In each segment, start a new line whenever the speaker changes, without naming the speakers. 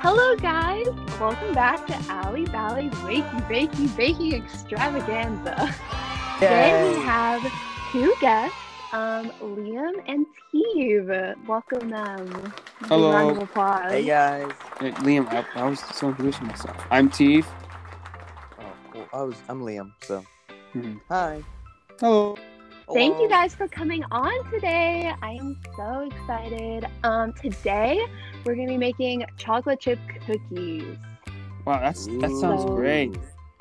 Hello, guys! Welcome back to Alley Bally's Wakey Bakey Baking Extravaganza. Today we have two guests, um, Liam and Teve. Welcome them. Give
Hello.
a Round of applause.
Hey guys.
Hey, Liam, I, I was still introducing myself. I'm Teef.
Oh, cool. I was I'm Liam. So
Mhm.
hi.
Hello.
Thank you
Hello.
guys for coming on today. I am so excited. Um, today we're gonna be making chocolate chip cookies.
Wow, that's that sounds
Ooh.
great.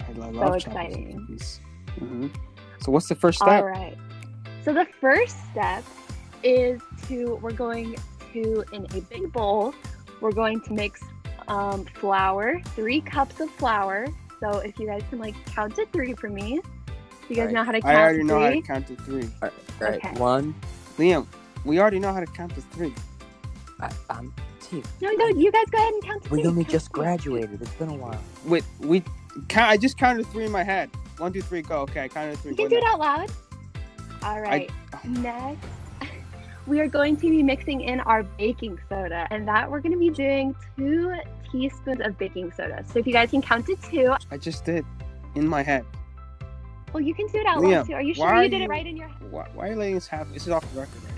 I, lo- love
So
chocolate chip
exciting.
cookies. Mhm. So what's the first
All
step?
right. So the first step is to we're going to in a big bowl. We're going to mix um, flour, three cups of flour. So if you guys can like count to three for me, you guys
Right.
know how to
I
count
already
to
know how to
three.
count to three.
All right,
Okay.
one.
Liam, we already know how to count to three.
I, I'm T.
No, no, you guys go ahead and count to
We
three.
only
count
just
to three.
graduated. It's been a while.
Wait, we count. I just counted three in my head. One, two, three, go. Okay, I counted three.
You can
What
do it
now?
out loud. All right. Next, we are going to be mixing in our baking soda, and that we're going to be doing two teaspoons of baking soda. So if you guys can count to two,
I just did in my head.
well, you can do it out
Liam,
loud too. Are you
why
sure
are
you did it
you-
right in your?
Why, why are you letting this happen? This is off the record, right?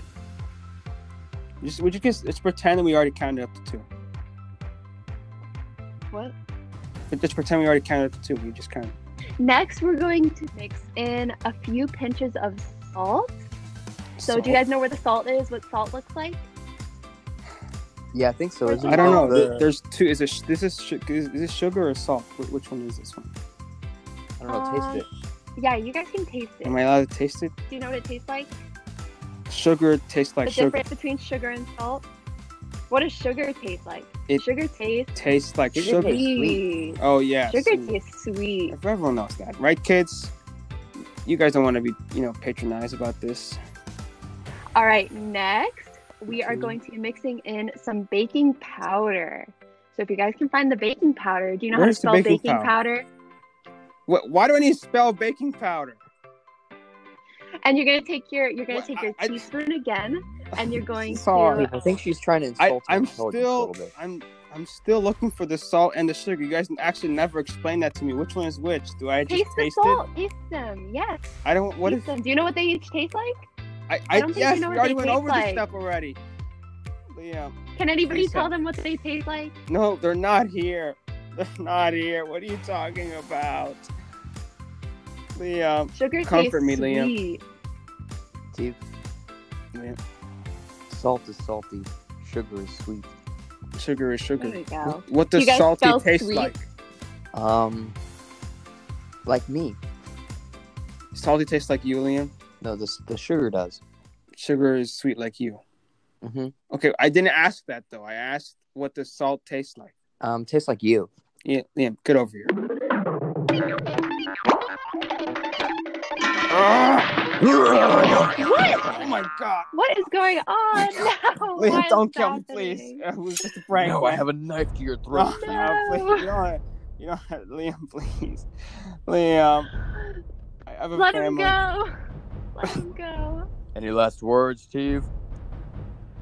Just would you just let's pretend that we already counted up to two.
What?
But just pretend we already counted up to two. We just counted.
Next, we're going to mix in a few pinches of salt. So, do you guys know where the salt is? What salt looks like?
Yeah, I think so.
Where's
Isn't
I don't
it
know.
Oh, the-
There- There's two. Is this this is, su- is is this sugar or salt? Wh- Which one is this one?
I don't know. Taste
Yeah, you guys can taste it.
Am I allowed to taste it?
Do you know what it tastes like?
Sugar tastes like
the
sugar.
difference between sugar and salt. What does sugar taste like?
It-
sugar tastes
Tastes like
Sugar
sugar.
tastes-
sweet.
Oh yeah.
Sugar
sweet.
tastes sweet.
If everyone knows that, right, kids? You guys don't want to be you know patronized about this.
All right, next we are
Mhm.
going to be mixing in some baking powder. So if you guys can find the baking powder, do you know
Where's the
how to spell
baking
baking powder?
Wh- why do I need to spell baking powder?
And you're gonna take your you're gonna
What?
take your
I- I-
teaspoon again, and you're going to.
Sorry.
I think she's trying to
I,
insult her
I'm
intelligence a
still
little bit.
I'm I'm still looking for the salt and the sugar. You guys actually never explained that to me. Which one is which? Do I just
Taste
taste,
the
it?
salt. Taste them. Yes.
I don't. What
taste
if
them. Do you know what they each taste like?
I?
I
I,
don't think you
yes,
know
we
what they
already went
taste
over
like.
this stuff already. Yeah.
Can anybody
Taste
tell
them.
them what they taste like?
No, they're not here. They're not here. What are you talking about? Liam.
Sugar
Comfort
tastes
me, Liam.
sweet.
T,
Liam.
salt is salty. Sugar is sweet.
Sugar is
There we
sugar.
go.
What
You
does
guys
salty
spell
taste
sweet?
like?
Um, like me.
Salty tastes like you, Liam.
No, the the sugar does.
Sugar is sweet like you.
Mm-hmm.
Okay, I didn't ask that though. I asked what does salt taste like.
Um, tastes like you.
Yeah, Liam, get over here. Ah!
What?
Oh my god.
What is going on? No. why
Liam,
is
don't
that
kill me, please.
happening?
It was just a prank. man.
a knife to your
No,
Oh, No.
please, you don't, you don't, Liam, please, Liam. I have a
Let him
family.
go. Let him go.
Any last words, Steve?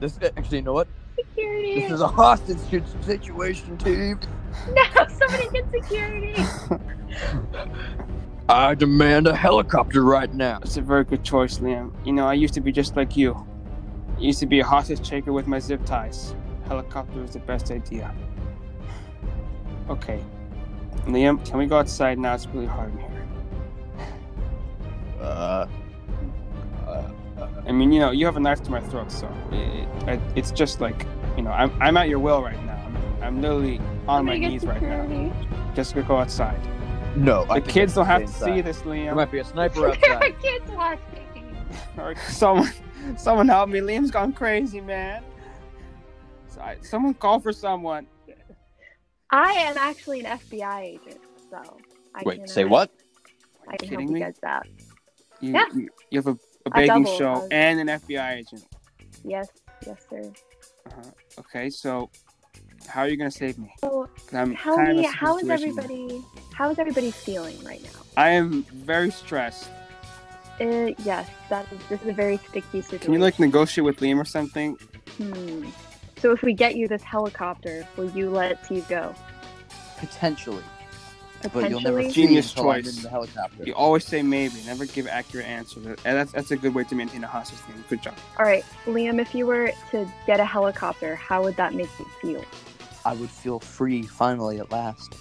This actually, you know what?
Security.
a hostage situation, Steve.
No, somebody get security.
I demand a helicopter right now.
It's a very good choice, Liam. You know, I used to be just like you. I used to be a hostage taker with my zip ties. Helicopter is the best idea. Okay, Liam, can we go outside now? It's really hard in here.
Uh,
uh,
I mean, you know, you have a knife to my throat, so it, it, it's just like, you know, I'm, I'm at your will right now. I'm, I'm literally on my
Somebody get
knees right now.
security.
Just go outside.
no.
The kids don't have to see this, Liam.
There might be a sniper
There are
outside.
kids watching.
Or someone, someone help me. Liam's gone crazy, man. So I- Someone call for someone.
I am actually an FBI agent, so I can,
Wait, say
uh,
what?
I
Are you
can help
kidding
you
me?
guys out.
You,
Yeah.
you, you have a, a
A
baking
double,
show
uh,
and an FBI agent.
Yes, yes, sir.
Uh-huh. Okay, so how are you going to save me?
So
'Cause I'm
tell
kind of in
me,
Hmm, a
how is
situation.
everybody? How is everybody feeling right now?
I am very stressed.
Uh, yes, that is. This is a very sticky situation.
Can you like negotiate with Liam or something?
Hmm. So if we get you this helicopter, will you let Steve go?
Potentially,
Potentially.
but you'll never see
Genius
until I'm
choice.
in the helicopter.
You always say maybe, never give accurate answers. And that's, that's a good way to maintain a hostage thing. Good job.
All right, Liam, if you were to get a helicopter, how would that make you feel?
I would feel free finally at last.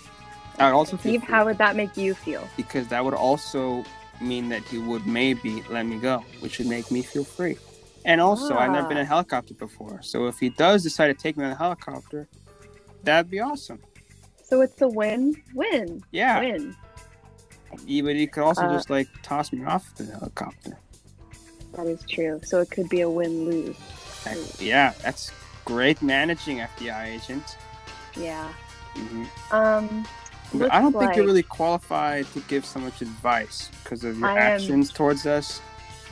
I also feel
Steve, how would that make you feel?
because that would also mean that he would maybe let me go, which would make me feel free. And also, I've never been in a helicopter before, so if he does decide to take me on a helicopter, that'd be awesome.
So it's a win, win,
Yeah,
win.
he- but he could also
Uh,
just like toss me off the helicopter.
That is true. So it could be a win lose.
Like, yeah, that's great managing FBI agent.
Yeah.
hmm
Um,
But
Looks
I don't think
like-
you're really qualified to give so much advice because of your
I am
actions towards us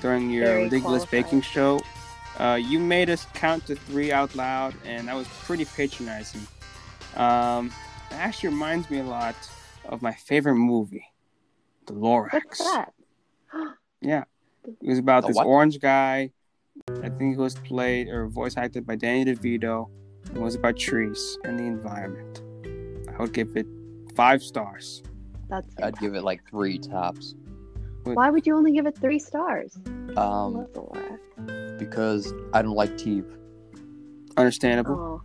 during your
very
ridiculous
qualified.
baking show. Uh, you made us count to three out loud, and that was pretty patronizing. Um, it actually reminds me a lot of my favorite movie, The Lorax.
what's that?
It was about
The
this
what?
orange guy. I think he was played or voice acted by Danny DeVito. It was about trees and the environment. I would give it five stars.
That's
I'd give it like three tops.
Why would you only give it three stars? I
Um,
love the Lorax.
because I don't like Teeb.
Understandable.
Oh,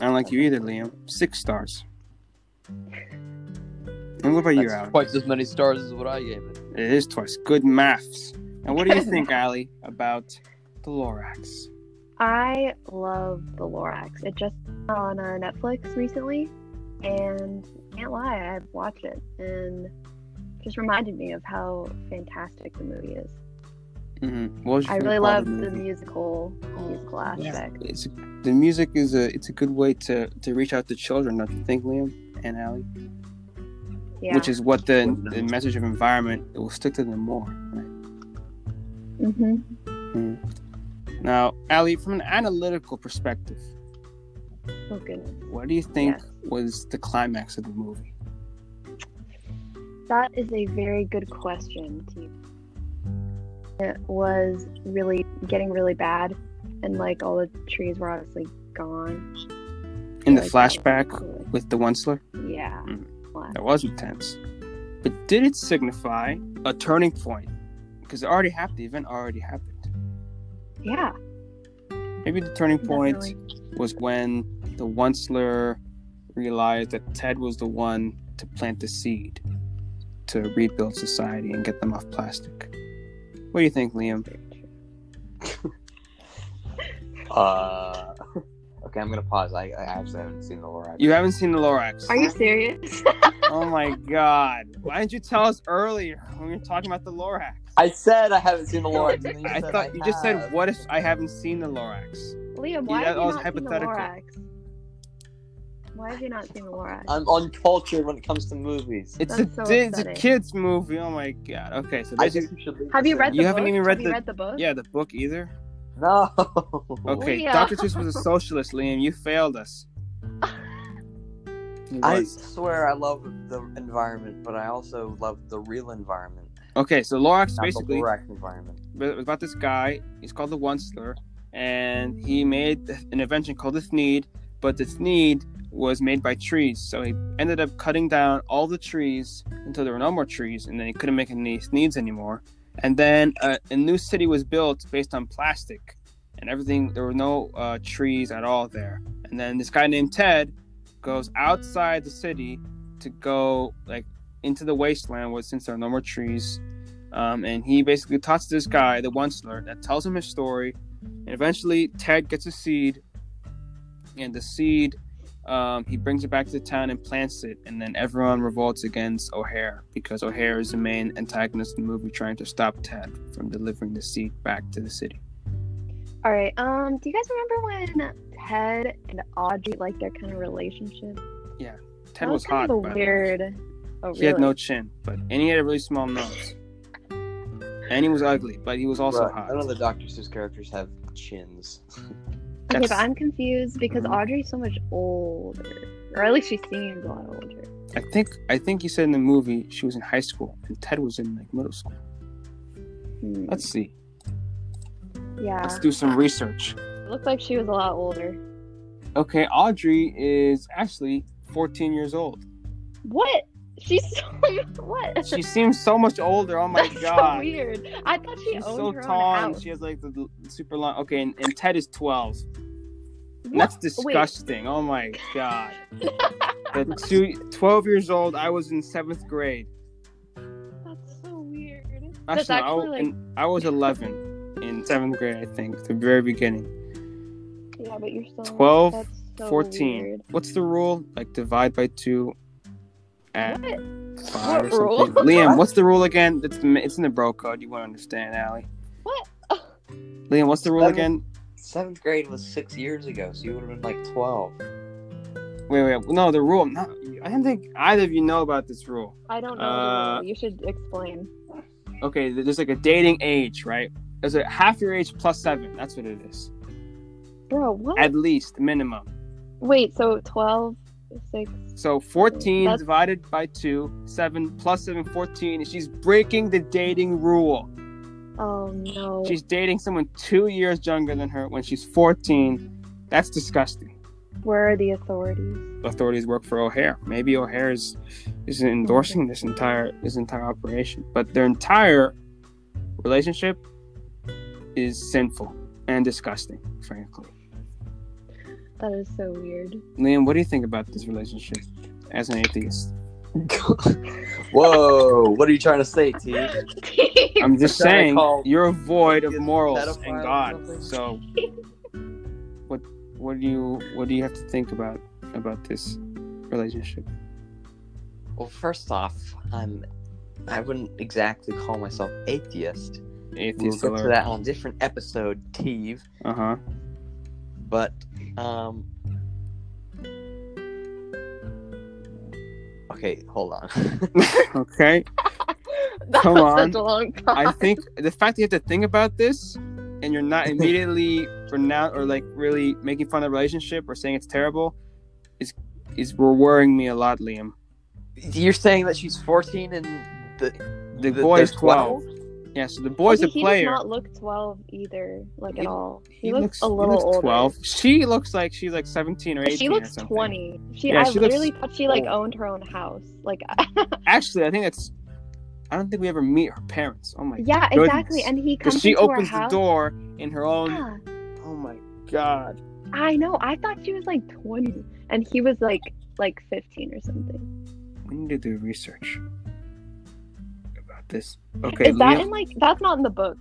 I don't like you either, Liam. Six stars. And what about you,
That's
Allie?
twice as many stars as what I gave it.
It is twice. Good maths. And what do you think, Allie, about the Lorax?
I love the Lorax. It just came out on uh, Netflix recently, and can't lie, I watched it and just reminded me of how fantastic the movie is.
Mm-hmm. What was your
I
favorite
really
part
love
of
the
movie?
musical musical aspect.
It's, the music is a it's a good way to to reach out to children, don't you think, Liam and Allie?
Yeah.
Which is what the,
Wouldn't
the message of environment it will stick to them more. Right?
hmm
Now, Allie, from an analytical perspective,
Oh goodness.
what do you think
Yes.
was the climax of the movie?
That is a very good question, team. It was really getting really bad, and like all the trees were obviously gone.
In the
Like, that was
flashback
really-
with the Onceler?
Yeah.
Mm.
Wow.
That was intense. But did it signify a turning point? Because it already happened. The event already happened.
Yeah.
Maybe the turning point
definitely.
was when the Onceler realized that Ted was the one to plant the seed to rebuild society and get them off plastic. What do you think, Liam?
Uh, okay, I'm gonna pause. I, I actually haven't seen the Lorax.
You haven't seen the Lorax.
Are you serious?
oh my god. Why didn't you tell us earlier when we were talking about the Lorax?
I said I haven't seen the Lorax. And then you
I
said
thought you just
have.
said, what if I haven't seen the Lorax?
Liam, why
Yeah,
have
that
you
was
not seen the
hypothetical.
Lorax? Why have you not seen the Lorax?
I'm uncultured when it comes to movies.
It's a,
That's so
di- it's a
upsetting.
kids movie. Oh my god. Okay, so
I
this is
think you should leave
have you
this
read
in.
the
You haven't
book?
even read
have
the-
you read the book?
yeah the book either.
No.
Okay,
Leo.
Doctor Seuss was a socialist, Liam. You failed us. He
I
was.
swear I love the environment, but I also love the real environment,
Okay, so Lorax
not the
basically
Lorax environment.
but it was about this guy. He's called the Onceler, and he made an invention called the Sneed. But the Sneed was made by trees, so he ended up cutting down all the trees until there were no more trees, and then he couldn't make any Sneeds anymore. And then uh, a new city was built based on plastic, and everything. There were no uh, trees at all there. And then this guy named Ted goes outside the city to go like into the wasteland, where since there are no more trees, um, and he basically talks to this guy, the Onceler, that tells him his story. And eventually, Ted gets a seed, and the seed, um, he brings it back to the town and plants it. And then everyone revolts against O'Hare because O'Hare is the main antagonist in the movie, trying to stop Ted from delivering the seed back to the city.
All right. Um, do you guys remember when Ted and Audrey like their kind of relationship?
Ted
That
was hot.
kind Of
by
a
the way.
weird. Oh,
He had
really?
no chin, but and he had a really small nose, and he was ugly, but he was also
Bruh, None of
hot.
the Doctor Seuss characters have chins.
Okay,
That's-
but I'm confused because
Mhm.
Audrey's so much older, or at least she seems a lot older.
I think I think he said in the movie she was in high school, and Ted was in like middle school.
Hmm.
Let's see.
Yeah,
Let's do some research.
it looked like she was a lot older.
Okay, Audrey is actually 14 years old.
What? She's so what?
She seems so much older. Oh my
That's so
god.
weird. I thought she
She's
owned
so
her
tall
own
and
house.
she has like the the super long. Okay, and, and Ted is 12.
What?
That's
Wait.
disgusting. Oh my god. At two, 12 years old, I was in seventh grade.
That's so weird.
Actually,
That's
no, I,
actually
w-
like
in- I was 11 in seventh grade, I think, the very beginning.
yeah, but you're still
12,
That's so
14.
weird.
What's the rule? Like divide by two at
What?
five
What
or
rule?
something. Liam, what's the rule again? It's, the- it's in the bro code. You won't understand, Allie.
What?
Liam, what's the rule
Seven.
again?
Seventh grade was six years ago, so you would have been like twelve.
Wait, wait. No, the rule. Not, I don't think either of you know about this rule.
I don't know.
Uh,
you should explain.
Okay, there's like a dating age, right? There's a half your age plus seven. That's what it is.
Bro, what?
At least, minimum.
Wait, so 12, 6.
So 14
That's-
divided by 2, 7 plus 7, 14. and She's breaking the dating rule.
Oh no.
She's dating someone two years younger than her when she's 14. That's disgusting.
Where are the authorities?
Authorities work for O'Hare. Maybe O'Hare is, is endorsing this entire this entire operation, but their entire relationship is sinful and disgusting, frankly.
That is so weird.
Liam, what do you think about this relationship as an atheist?
Whoa! What are you trying to say, T?
I'm just
Should I
saying
call-
you're void of
Is
morals
pedophile
and
or
God.
something?
So what what do you what do you have to think about about this relationship?
Well, first off, I'm. I wouldn't exactly call myself atheist. We'll
Atheist
get to
alert.
that on a different episode, Teve.
Uh huh.
But um. Okay, hold on.
Okay.
that
Come
was
on.
such a long
I
time.
think the fact that you have to think about this and you're not immediately renounce or like really making fun of the relationship or saying it's terrible is is were worrying me a lot, Liam.
You're saying that she's 14 and the
The
th-
boy
they're
is twelve. Yeah, so the boy's
Okay,
a
he
player.
does not look 12 either, like
He-
at all. He, looks, a little older.
She looks like she's like seventeen or eighteen.
She
or
looks
something.
20. She,
Yeah,
I
she looks Oh
literally thought she like
old.
owned her own house. Like,
Actually, I think that's. I don't think we ever meet her parents. Oh my.
yeah,
goodness.
exactly. And he comes
Because she
into
opens
our
the
house.
door in her own.
Yeah,
Oh my god.
I know. I thought she was like 20, and he was like like 15 or something.
We need to do research about this. Okay.
Is that
Leah-
in like that's not in the book?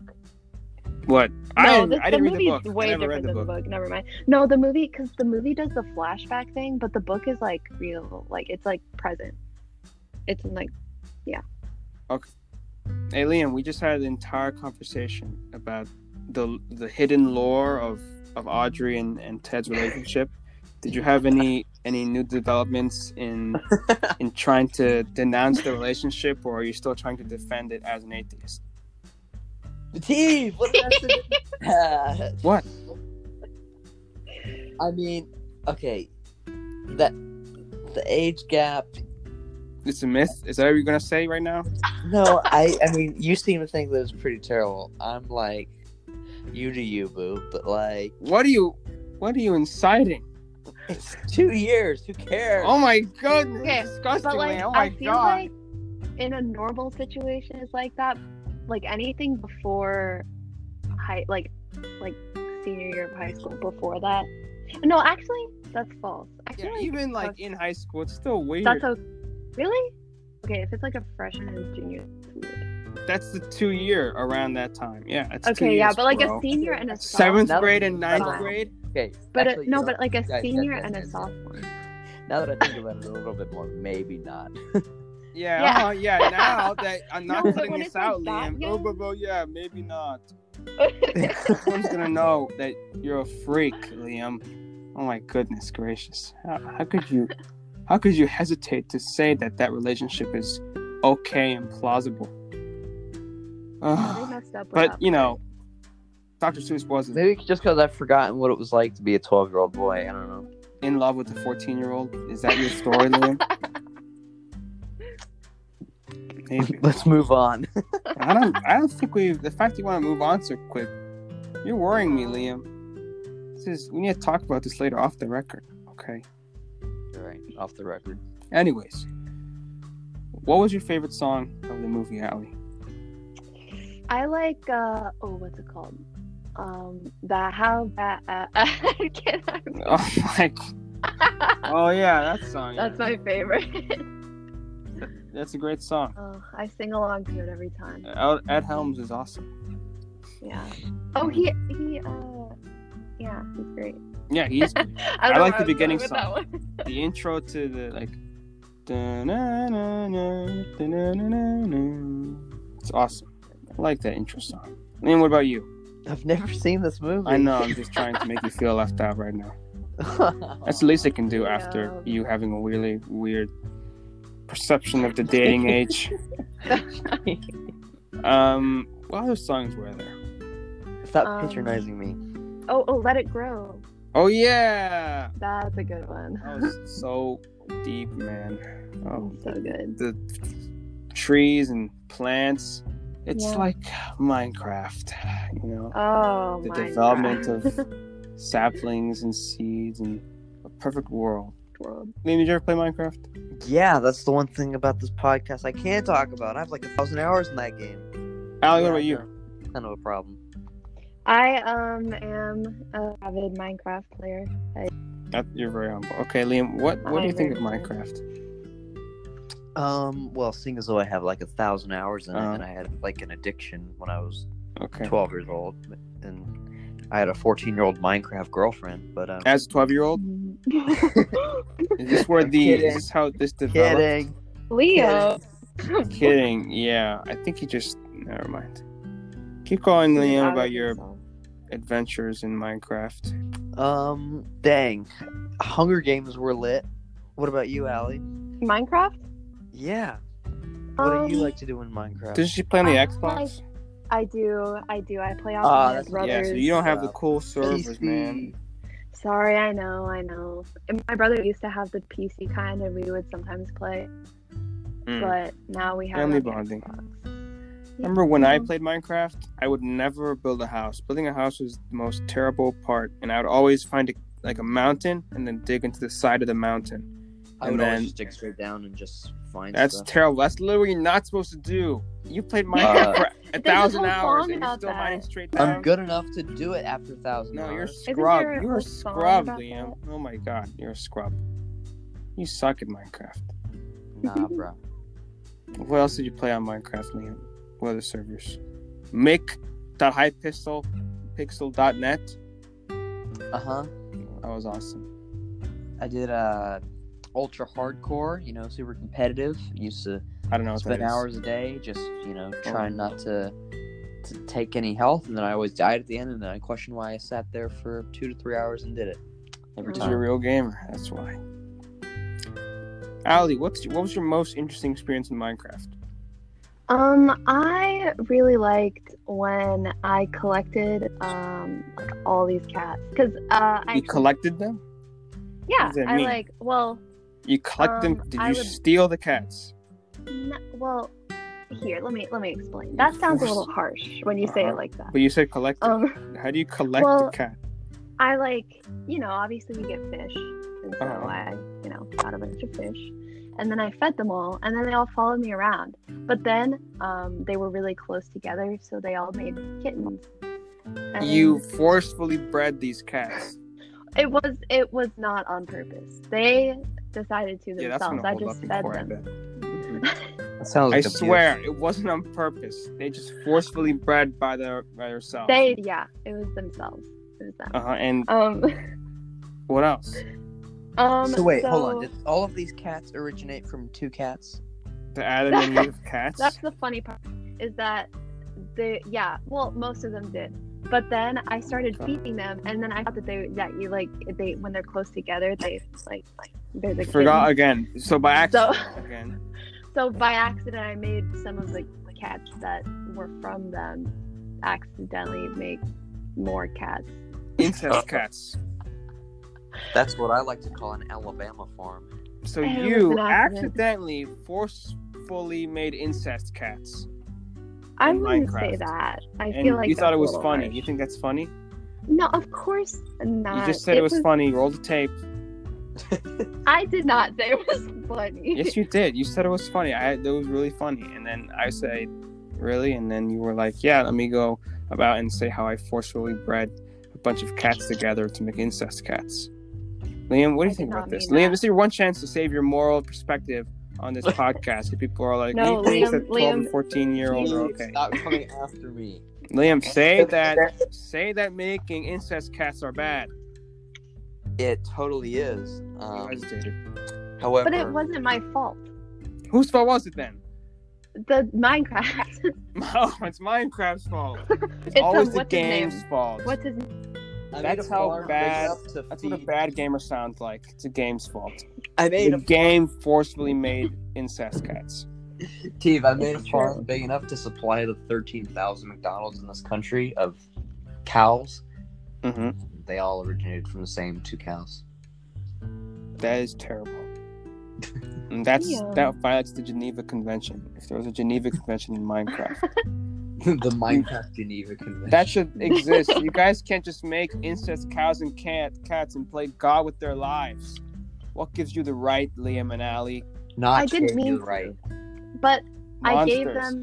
what? I
no,
didn't,
this,
I
the
didn't read
movie
the book.
is way
I never
different
read the
than
book.
the book. Never mind. No, the movie because the movie does the flashback thing, but the book is like real, like it's like present. It's in, like
Hey, Liam, we just had an entire conversation about the the hidden lore of of Audrey and, and Ted's relationship. Did you have any any new developments in in trying to denounce the relationship, or are you still trying to defend it as an atheist?
Teve. What did I say? Ah.
What?
I mean, okay, that the age gap.
It's a myth. Is that what you're gonna say right now?
No, I. I mean, you seem to think that it's pretty terrible. I'm like, you do you, boo. But like,
What are you What are you inciting?
it's two years. Who cares?
Oh my god!
Okay,
disgusting!
But like,
man. Oh my
I feel
god!
like in a normal situation is like that. Like anything before high, like like senior year of high school. Before that, no, actually, that's false. I feel
yeah,
like
even like in high school, it's still weird.
that's a really okay. If it's like a freshman and junior, it's weird.
That's the two year around that time. Yeah. It's two
okay, yeah,
years,
but like
bro.
a senior and a
seventh
sophomore,
That-
grade and ninth
Fine.
grade.
Okay,
but
actually,
a, no,
you know,
but like a
guys, guys,
senior
guys,
and a
guys.
sophomore.
Now that I think about it a little bit more, maybe not.
Yeah,
Yeah.
uh-huh, yeah. Now that I'm not
No, but
cutting
when
this
it's like
out,
that
Liam. Oh,
young-
but, but, yeah, maybe not. Everyone's gonna know that you're a freak, Liam. Oh my goodness gracious! How, how could you? How could you hesitate to say that that relationship is okay and plausible?
they
Ugh.
messed up. with
but
that
you
part.
know, Dr. Seuss wasn't
Maybe it's just because I've forgotten what it was like to be a 12 year old boy. I don't know.
in love with a 14 year old. Is that your story, Liam? Maybe.
Let's move on.
I don't. I don't think we. The fact you want to move on so quick, you're worrying me, Liam. This is we need to talk about this later off the record. Okay.
You're right. Off the record.
Anyways, what was your favorite song of the movie, Allie?
I like uh oh what's it called? Um that how that uh, I cannot remember.
Oh my! Oh yeah, that song. yeah.
That's my favorite.
That's a great song.
oh, I sing along to it every time.
Ed Ed Helms is awesome.
Yeah. Oh he he uh yeah, he's great.
Yeah, he's
I,
I
don't know
like
where
the
was going
beginning
with that
song.
one.
the intro to the like. da-na-na-na, da-na-na-na-na. It's awesome. I like that intro song. And what about you?
I've never seen this movie.
I know I'm just trying to make you feel left out right now. That's the least I can do after
Yeah.
you having a really weird perception of the dating age. Um, what other songs were there?
Stop
Um,
patronizing me.
Oh oh let it grow.
Oh yeah,
That's a good one.
that was so deep, man. Oh,
So good.
the trees and plants. It's
Yeah.
like Minecraft, you know,
Oh
the
my
development
God.
of saplings and seeds and a perfect world.
world.
Liam, did you ever play Minecraft?
Yeah, that's the one thing about this podcast I can't talk about. I have like a thousand hours in that game. Yeah,
Ali, what about you?
Kind of a problem.
I um am a avid Minecraft player.
That, you're very humble. Okay, Liam, what what do
I'm
you think of
very
Minecraft?
Um, well, seeing as though I have like a thousand hours in
Uh-huh.
it, and I had like an addiction when I was
Okay,
12 years old, and I had a 14 year old Minecraft girlfriend. But um,
as a 12 year old, is this where
I'm
the is
kidding.
this how this developed?
kidding.
Leo.
Kidding, yeah. I think he just. Never mind. Keep calling Liam about your adventures in Minecraft.
Um, dang, Hunger Games were lit. What about you, Allie?
Minecraft.
Yeah. What do you
Um,
like to do in Minecraft?
Does she play Um, on the
I
Xbox?
I do. I do. I play off
Ah,
my
that's-
brothers.
Yeah, so you don't have the
Uh,
cool servers, man.
Sorry, I know. I know. And my brother used to have the PC kind, and we would sometimes play.
Mm.
But now we have
Family
like,
bonding.
Xbox.
Remember when I
Mhm.
played Minecraft? I would never build a house. Building a house was the most terrible part, and I would always find a, like a mountain and then dig into the side of the mountain.
I
And
would
then-
always just dig straight down and just find
That's
stuff.
terrible. That's literally not supposed to do. You played Minecraft
Uh,
for a
a
thousand
whole
hours
song
and you're
about
still
that.
mining straight down.
I'm good enough to do it after a thousand.
No, you're
hours.
scrub.
there a
You're
whole
a
song
scrub,
about
Liam. Oh my god, you're a scrub. You suck at Minecraft.
nah, bro.
What else did you play on Minecraft, Liam? What other servers? Mick.hypixel, pixel.net.
Uh huh.
That was awesome.
I did uh, ultra hardcore. You know, super competitive. Used to
I don't know what that
spend
is.
hours a day just you know trying not to to take any health, and then I always died at the end, and then I questioned why I sat there for two to three hours and did it every
Because you're a
time.
real gamer. That's why. Ali, what's what was your most interesting experience in Minecraft?
Um, I really liked when I collected um like all these cats because uh I
You collected them.
yeah
does that
I
mean?
like well
You collect them.
Um,
Did
I
you
would-
steal the cats?
n- well here let me let me explain that sounds a little harsh when you say it
Uh-huh.
like that
But you said collect. them.
um
How do you collect
well,
the cat?
I like you know obviously we get fish and so
Uh-huh.
I you know got a bunch of fish and then I fed them all and then they all followed me around but then um they were really close together so they all made kittens And-
You forcefully bred these cats.
It was it was not on purpose. They decided to
Yeah, that's
themselves.
gonna
I
hold
just
up in
fed
court. I
them. Mm-hmm.
bet.
That sounds
I
like abuse.
swear it wasn't on purpose. They just forcefully bred by their by themselves.
They yeah, it was themselves. It was them.
Uh huh. And
Um
what else?
um
So wait, hold on.
so
Did all of these cats originate from two cats?
The Adam and Eve cats.
That's the funny part is that the yeah, well most of them did. But then I started feeding them and then I thought that they that you like they when they're close together they like like they're the
Forgot
kittens.
again. So by
So-
accident again.
So by accident I made some of the, the cats that were from them accidentally make more cats.
Incest cats.
That's what I like to call an Alabama farm.
So
It was
you
an accident.
accidentally forcefully made incest cats.
I
in
wouldn't say
Minecraft.
that. I
and
feel like
you thought
that's
it was
a little
funny.
harsh. Uh,
You think that's funny?
No, of course not.
you just said it, was, funny. Roll the tape.
I did not say it was funny.
yes, you did. You said it was funny. I that was really funny, and then I said, "Really?" And then you were like, "Yeah." Let me go about and say how I forcefully bred a bunch of cats together to make incest cats. Liam, what
I
do you
did
think
not
about this?
mean
Liam,
that.
this is your one chance to save your moral perspective on this podcast. If people are like,
No,
"Liam thinks
Liam-
that twelve and
Liam-
fourteen year olds are
Please
okay."
Stop coming after me.
Liam, say that say that making incest cats are bad.
It totally is.
You
Um,
hesitated.
however,
But it wasn't my fault.
Whose fault was it then?
The Minecraft.
Oh, it's Minecraft's fault. It's,
It's, um,
always the
what's his name?
game's fault.
What's his
I made
that's
a
how
farm big
bad-
enough to
That's what a
feed-
bad gamer sounds like. It's a game's fault.
I made
The
a
game forcefully made incest cats.
Steve, I made a
It's
farm big enough to supply the 13,000 McDonald's in this country of cows.
hmm
They all originated from the same two cows.
That is terrible. And that's
Yeah.
that violates the Geneva Convention. If there was a Geneva Convention in Minecraft,
the Minecraft Geneva Convention.
that should exist. you guys can't just make incest cows and cat cats and play God with their lives. What gives you the right, Liam and Ali?
not
I didn't
true,
mean
you're
to.
right.
But I
Monsters.
gave them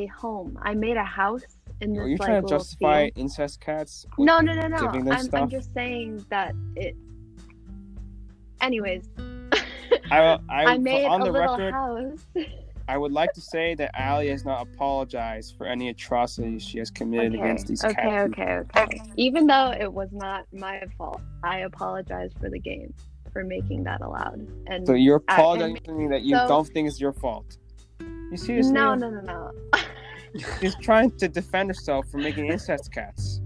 a home. I made a house in this
Are you
like
trying to
little
justify
field.
incest cats?
No, no, no, no.
giving
I'm,
them
I'm
stuff?
just saying that it. Anyways,
I, I,
I made
on
a
the
little
record,
house.
I would like to say that Allie has not apologized for any atrocities she has committed
Okay,
against these
okay,
cats.
okay, okay. Even though it was not my fault, I apologize for the game for making that allowed. And
So you're
Uh,
apologizing to me that you
so-
don't think it's your fault. You seriously?
no, no, no, no.
She's trying to defend herself from making incest cats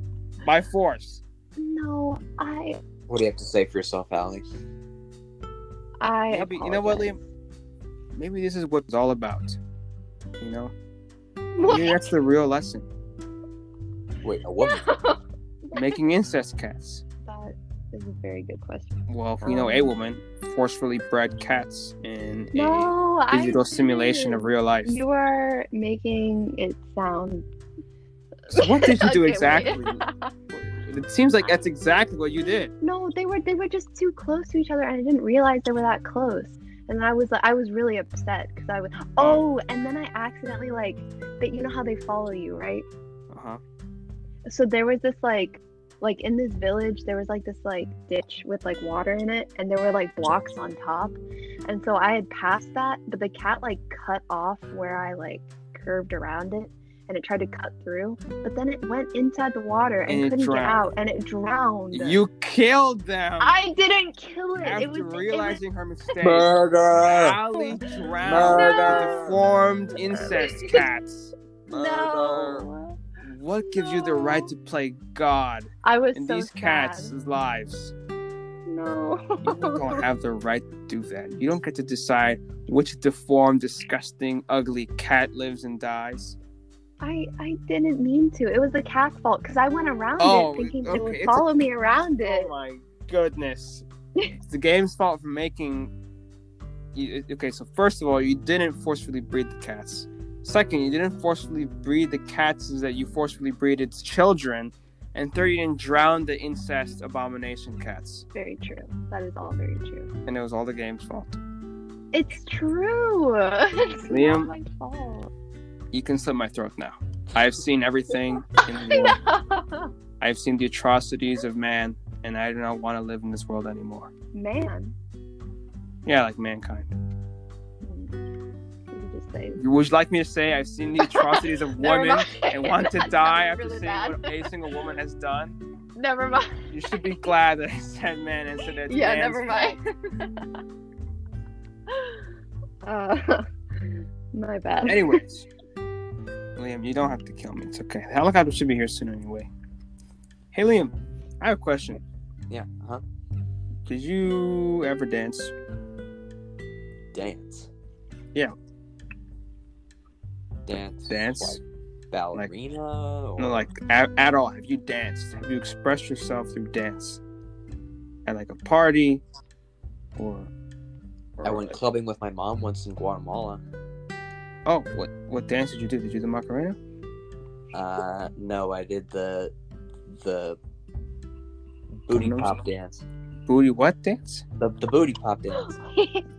by force.
No, I,
What do you have to say for yourself, Allie?
I.
Maybe you know what,
apologize.
Liam? Maybe this is what it's all about. You know,
What?
maybe that's the real lesson.
Wait, a woman?
Making incest cats.
That is a very good question.
Well, we know
Um,
a woman forcefully bred cats in
No,
a
I
digital simulation of
didn't.
real life.
You are making it sound.
So what did you
Okay,
do
wait.
exactly? It seems like that's exactly what you did.
No, they were they were just too close to each other, and I didn't realize they were that close. And I was like, I was really upset because I was oh, and then I accidentally like, but you know how they follow you, right?
Uh-huh.
So there was this like, like in this village, there was like this like ditch with like water in it, and there were like blocks on top, and so I had passed that, but the cat like cut off where I like curved around it. And it tried to cut through, but then it went inside the water and,
And it
couldn't get
drowned.
out, and it drowned.
You killed them
I didn't kill it.
after
it was it was-
realizing her mistake.
Murder!
Ali
No.
drowned the deformed incest cats.
no.
What gives you the right to play God
I was
in
so
these
sad.
cats' lives? You don't
No.
have the right to do that. You don't get to decide which deformed, disgusting, ugly cat lives and dies.
I I didn't mean to. It was the cat's fault because I went around
Oh,
it thinking
okay,
it
it's
would
a-
follow me around it.
Oh my goodness. it's the game's fault for making. You, okay, so first of all, you didn't forcefully breed the cats. Second, you didn't forcefully breed the cats is that you forcefully breed its children. And third, you didn't drown the incest abomination cats.
Very true. That is all very true.
And it was all the game's fault.
It's true. it's not
Liam.
my fault.
You can slit my throat now. I've seen everything in the world. I've seen the atrocities of man, and I do not want to live in this world anymore.
Man.
Yeah, like mankind.
You could just say.
Would you like me to say I've seen the atrocities of
Never
women
mind.
and want to
That
die
sounds
after
really
seeing
bad.
what a single woman has done?
Never mind.
You should be glad that I said man instead of
yeah,
man's
never mind. uh, my
fault.
bad.
Anyways, Liam, you don't have to kill me. It's okay. The helicopter should be here soon anyway. Hey, Liam, I have a question.
Yeah, uh-huh. huh?
Did you ever dance?
Dance.
Yeah.
Dance.
Dance?
Like ballerina? or...
No, like at, at all. Have you danced? Have you expressed yourself through dance? At like a party, or, or
I went clubbing with my mom once in Guatemala.
Oh, what what dance did you do? Did you do the Macarena?
Uh, no, I did the the Booty
no.
pop dance.
Booty what dance?
The, the booty pop dance.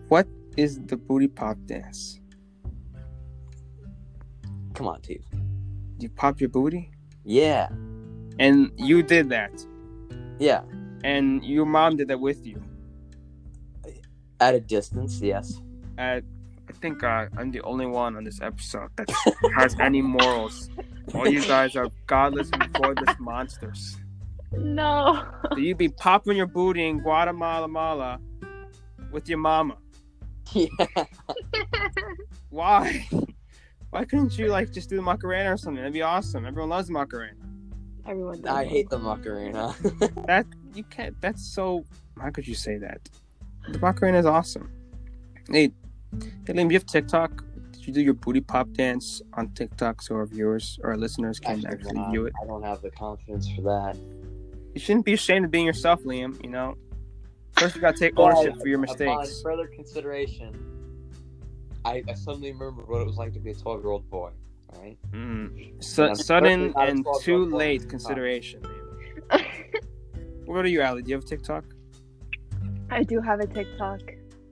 What is the booty pop dance?
Come on, Teve.
You pop your booty?
Yeah.
And you did that.
Yeah.
And your mom did that with you.
At a distance, yes.
I, I think uh, I'm the only one on this episode that has any morals.
Oh,
All you guys are godless and voidless monsters.
no.
So you be popping your booty in Guatemala Mala with your mama.
Yeah.
Why? Why couldn't you like just do the Macarena or something? That'd be awesome. Everyone loves Macarena.
Everyone does.
I hate the Macarena.
That you can't. That's so. How could you say that? The Macarena is awesome. Hey, hey, Liam, you have TikTok. Did you do your booty pop dance on TikTok so our viewers or our listeners can
Actually,
actually
nah,
view it?
I don't have the confidence for that.
You shouldn't be ashamed of being yourself, Liam. You know, first you gotta take
But
ownership for your
Upon
mistakes.
further consideration, I, I suddenly remembered what it was like to be a 12 year old boy. All right.
Mm.
Yeah,
Su- sudden
certainly not a
and
12
too
-year-old boy.
late consideration. Liam. What are you, Ali? Do you have TikTok?
I do have a TikTok.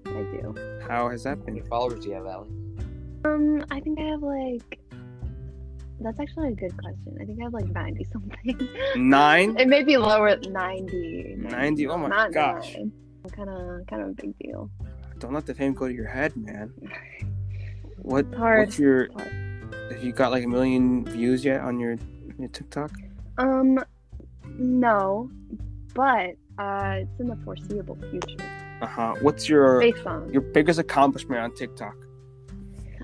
I do.
How has that
How many
been?
followers do you have, Allie?
Um, I think I have like. That's actually a good question. I think I have like ninety something.
Nine.
it may be lower, ninety.
90? Oh my
Not
gosh.
Kind of, kind of a big deal.
Don't let the fame go to your head, man. What?
It's hard.
What's your?
It's hard.
Have you got like a million views yet on your, your TikTok?
Um, no, but uh, it's in the foreseeable future.
Uh huh. What's your
Based on
your biggest accomplishment on TikTok?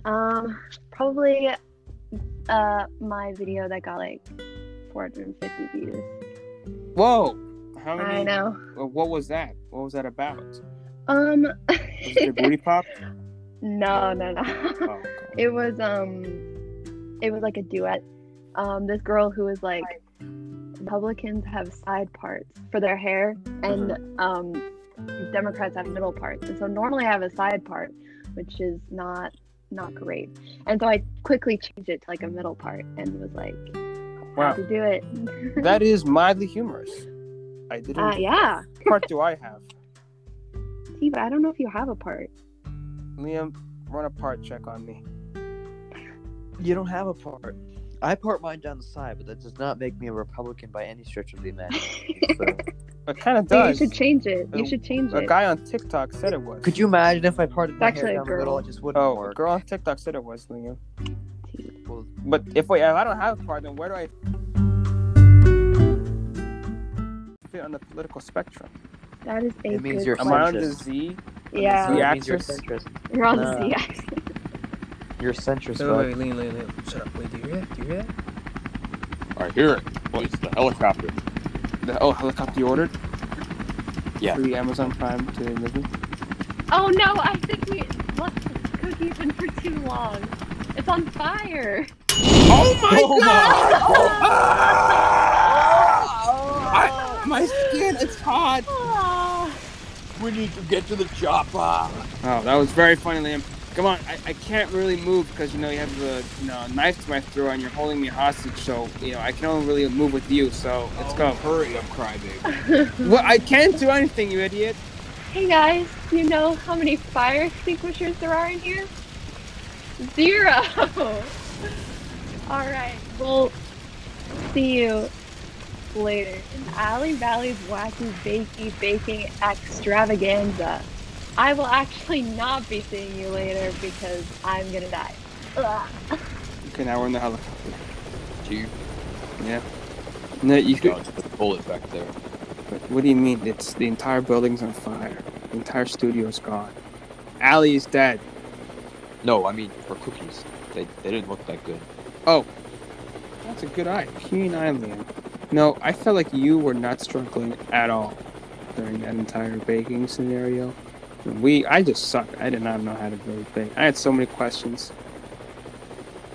um, probably uh my video that got like 450 views.
Whoa! How many?
I know.
uh, What was that? What was that about? Was
Um,
it your booty pop?
no, no,
Oh,
no.
God.
it was um it was like a duet um this girl who was like republicans have side parts for their hair and
Uh-huh.
um democrats have middle parts and so normally i have a side part which is not not great and so i quickly changed it to like a middle part and was like how
Wow,
to do it
that is mildly humorous. I didn't.
uh, yeah
What part do I have?
see but i don't know if you have a part
Liam, run a part check on me.
You don't have a part. I part mine down the side, but that does not make me a Republican by any stretch of the imagination. So-
It kind of
so you
does.
should change it
Uh,
you should change
a
it
guy on TikTok said it was.
Could you imagine if I parted my
Actually,
hair down the
girl.
middle? It just wouldn't
Oh, a
work.
girl on TikTok said it was Liam.
Well,
But if wait, if I don't have a part, then where do I fit on the political spectrum?
that is a
It means
good
you're
Am I
question.
on the
Centrist.
Z?
yeah
so
the
that means you're
axis?
centrist.
you're on
Nah.
the c
You're centrist, bud.
lean, lean, lean. Shut up. Wait, do you hear that? Do you hear that?
I hear it. Well, it's the helicopter.
The, oh, helicopter you ordered?
Yeah.
Free Amazon Prime to deliver.
Oh no, I think we left the cookies in for too long. It's on fire.
Oh my
Oh
I, my skin, it's hot.
We need to get to the chopper.
Oh, that was very funny, Liam. Come on, I, I can't really move because you know you have the you know knife to my throat and you're holding me hostage. So you know I can only really move with you. So let's go.
Hurry up, crybaby.
Well, I can't do anything, you idiot.
hey guys, you know how many fire extinguishers there are in here? Zero. All right, we'll see you later in Alley Valley's wacky bakey baking extravaganza. I will actually not be seeing you later because I'm gonna die. Ugh.
Okay, now we're in the helicopter.
Do you
No, you.
no, it's the bullet back there?
But what do you mean? It's the entire building's on fire. The entire studio is gone. Allie is dead.
No, I mean for cookies. They, they didn't look that good.
That's a good eye. Keen eye, Liam. No, I felt like you were not struggling at all during that entire baking scenario. We, I just sucked. I did not know how to really bake. I had so many questions.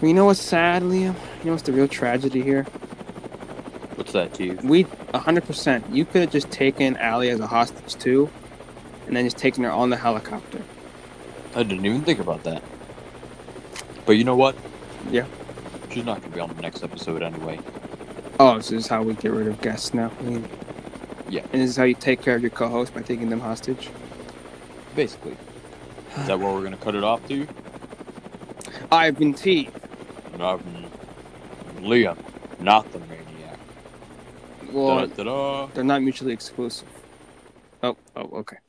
Well, you know what's sad, Liam? You know what's the real tragedy here?
What's that to you?
We, 100%, you could have just taken Allie as a hostage too, and then just taken her on the helicopter.
I didn't even think about that. But you know what?
Yeah.
She's not gonna be on the next episode anyway.
Oh, so this is how we get rid of guests now. Liam.
Yeah.
And this is how you take care of your co host by taking them hostage.
Basically. Is that where we're going to cut it off to?
I've been T.
Not Liam, not the maniac.
Well,
Da-da-da.
they're not mutually exclusive. Oh, oh, okay.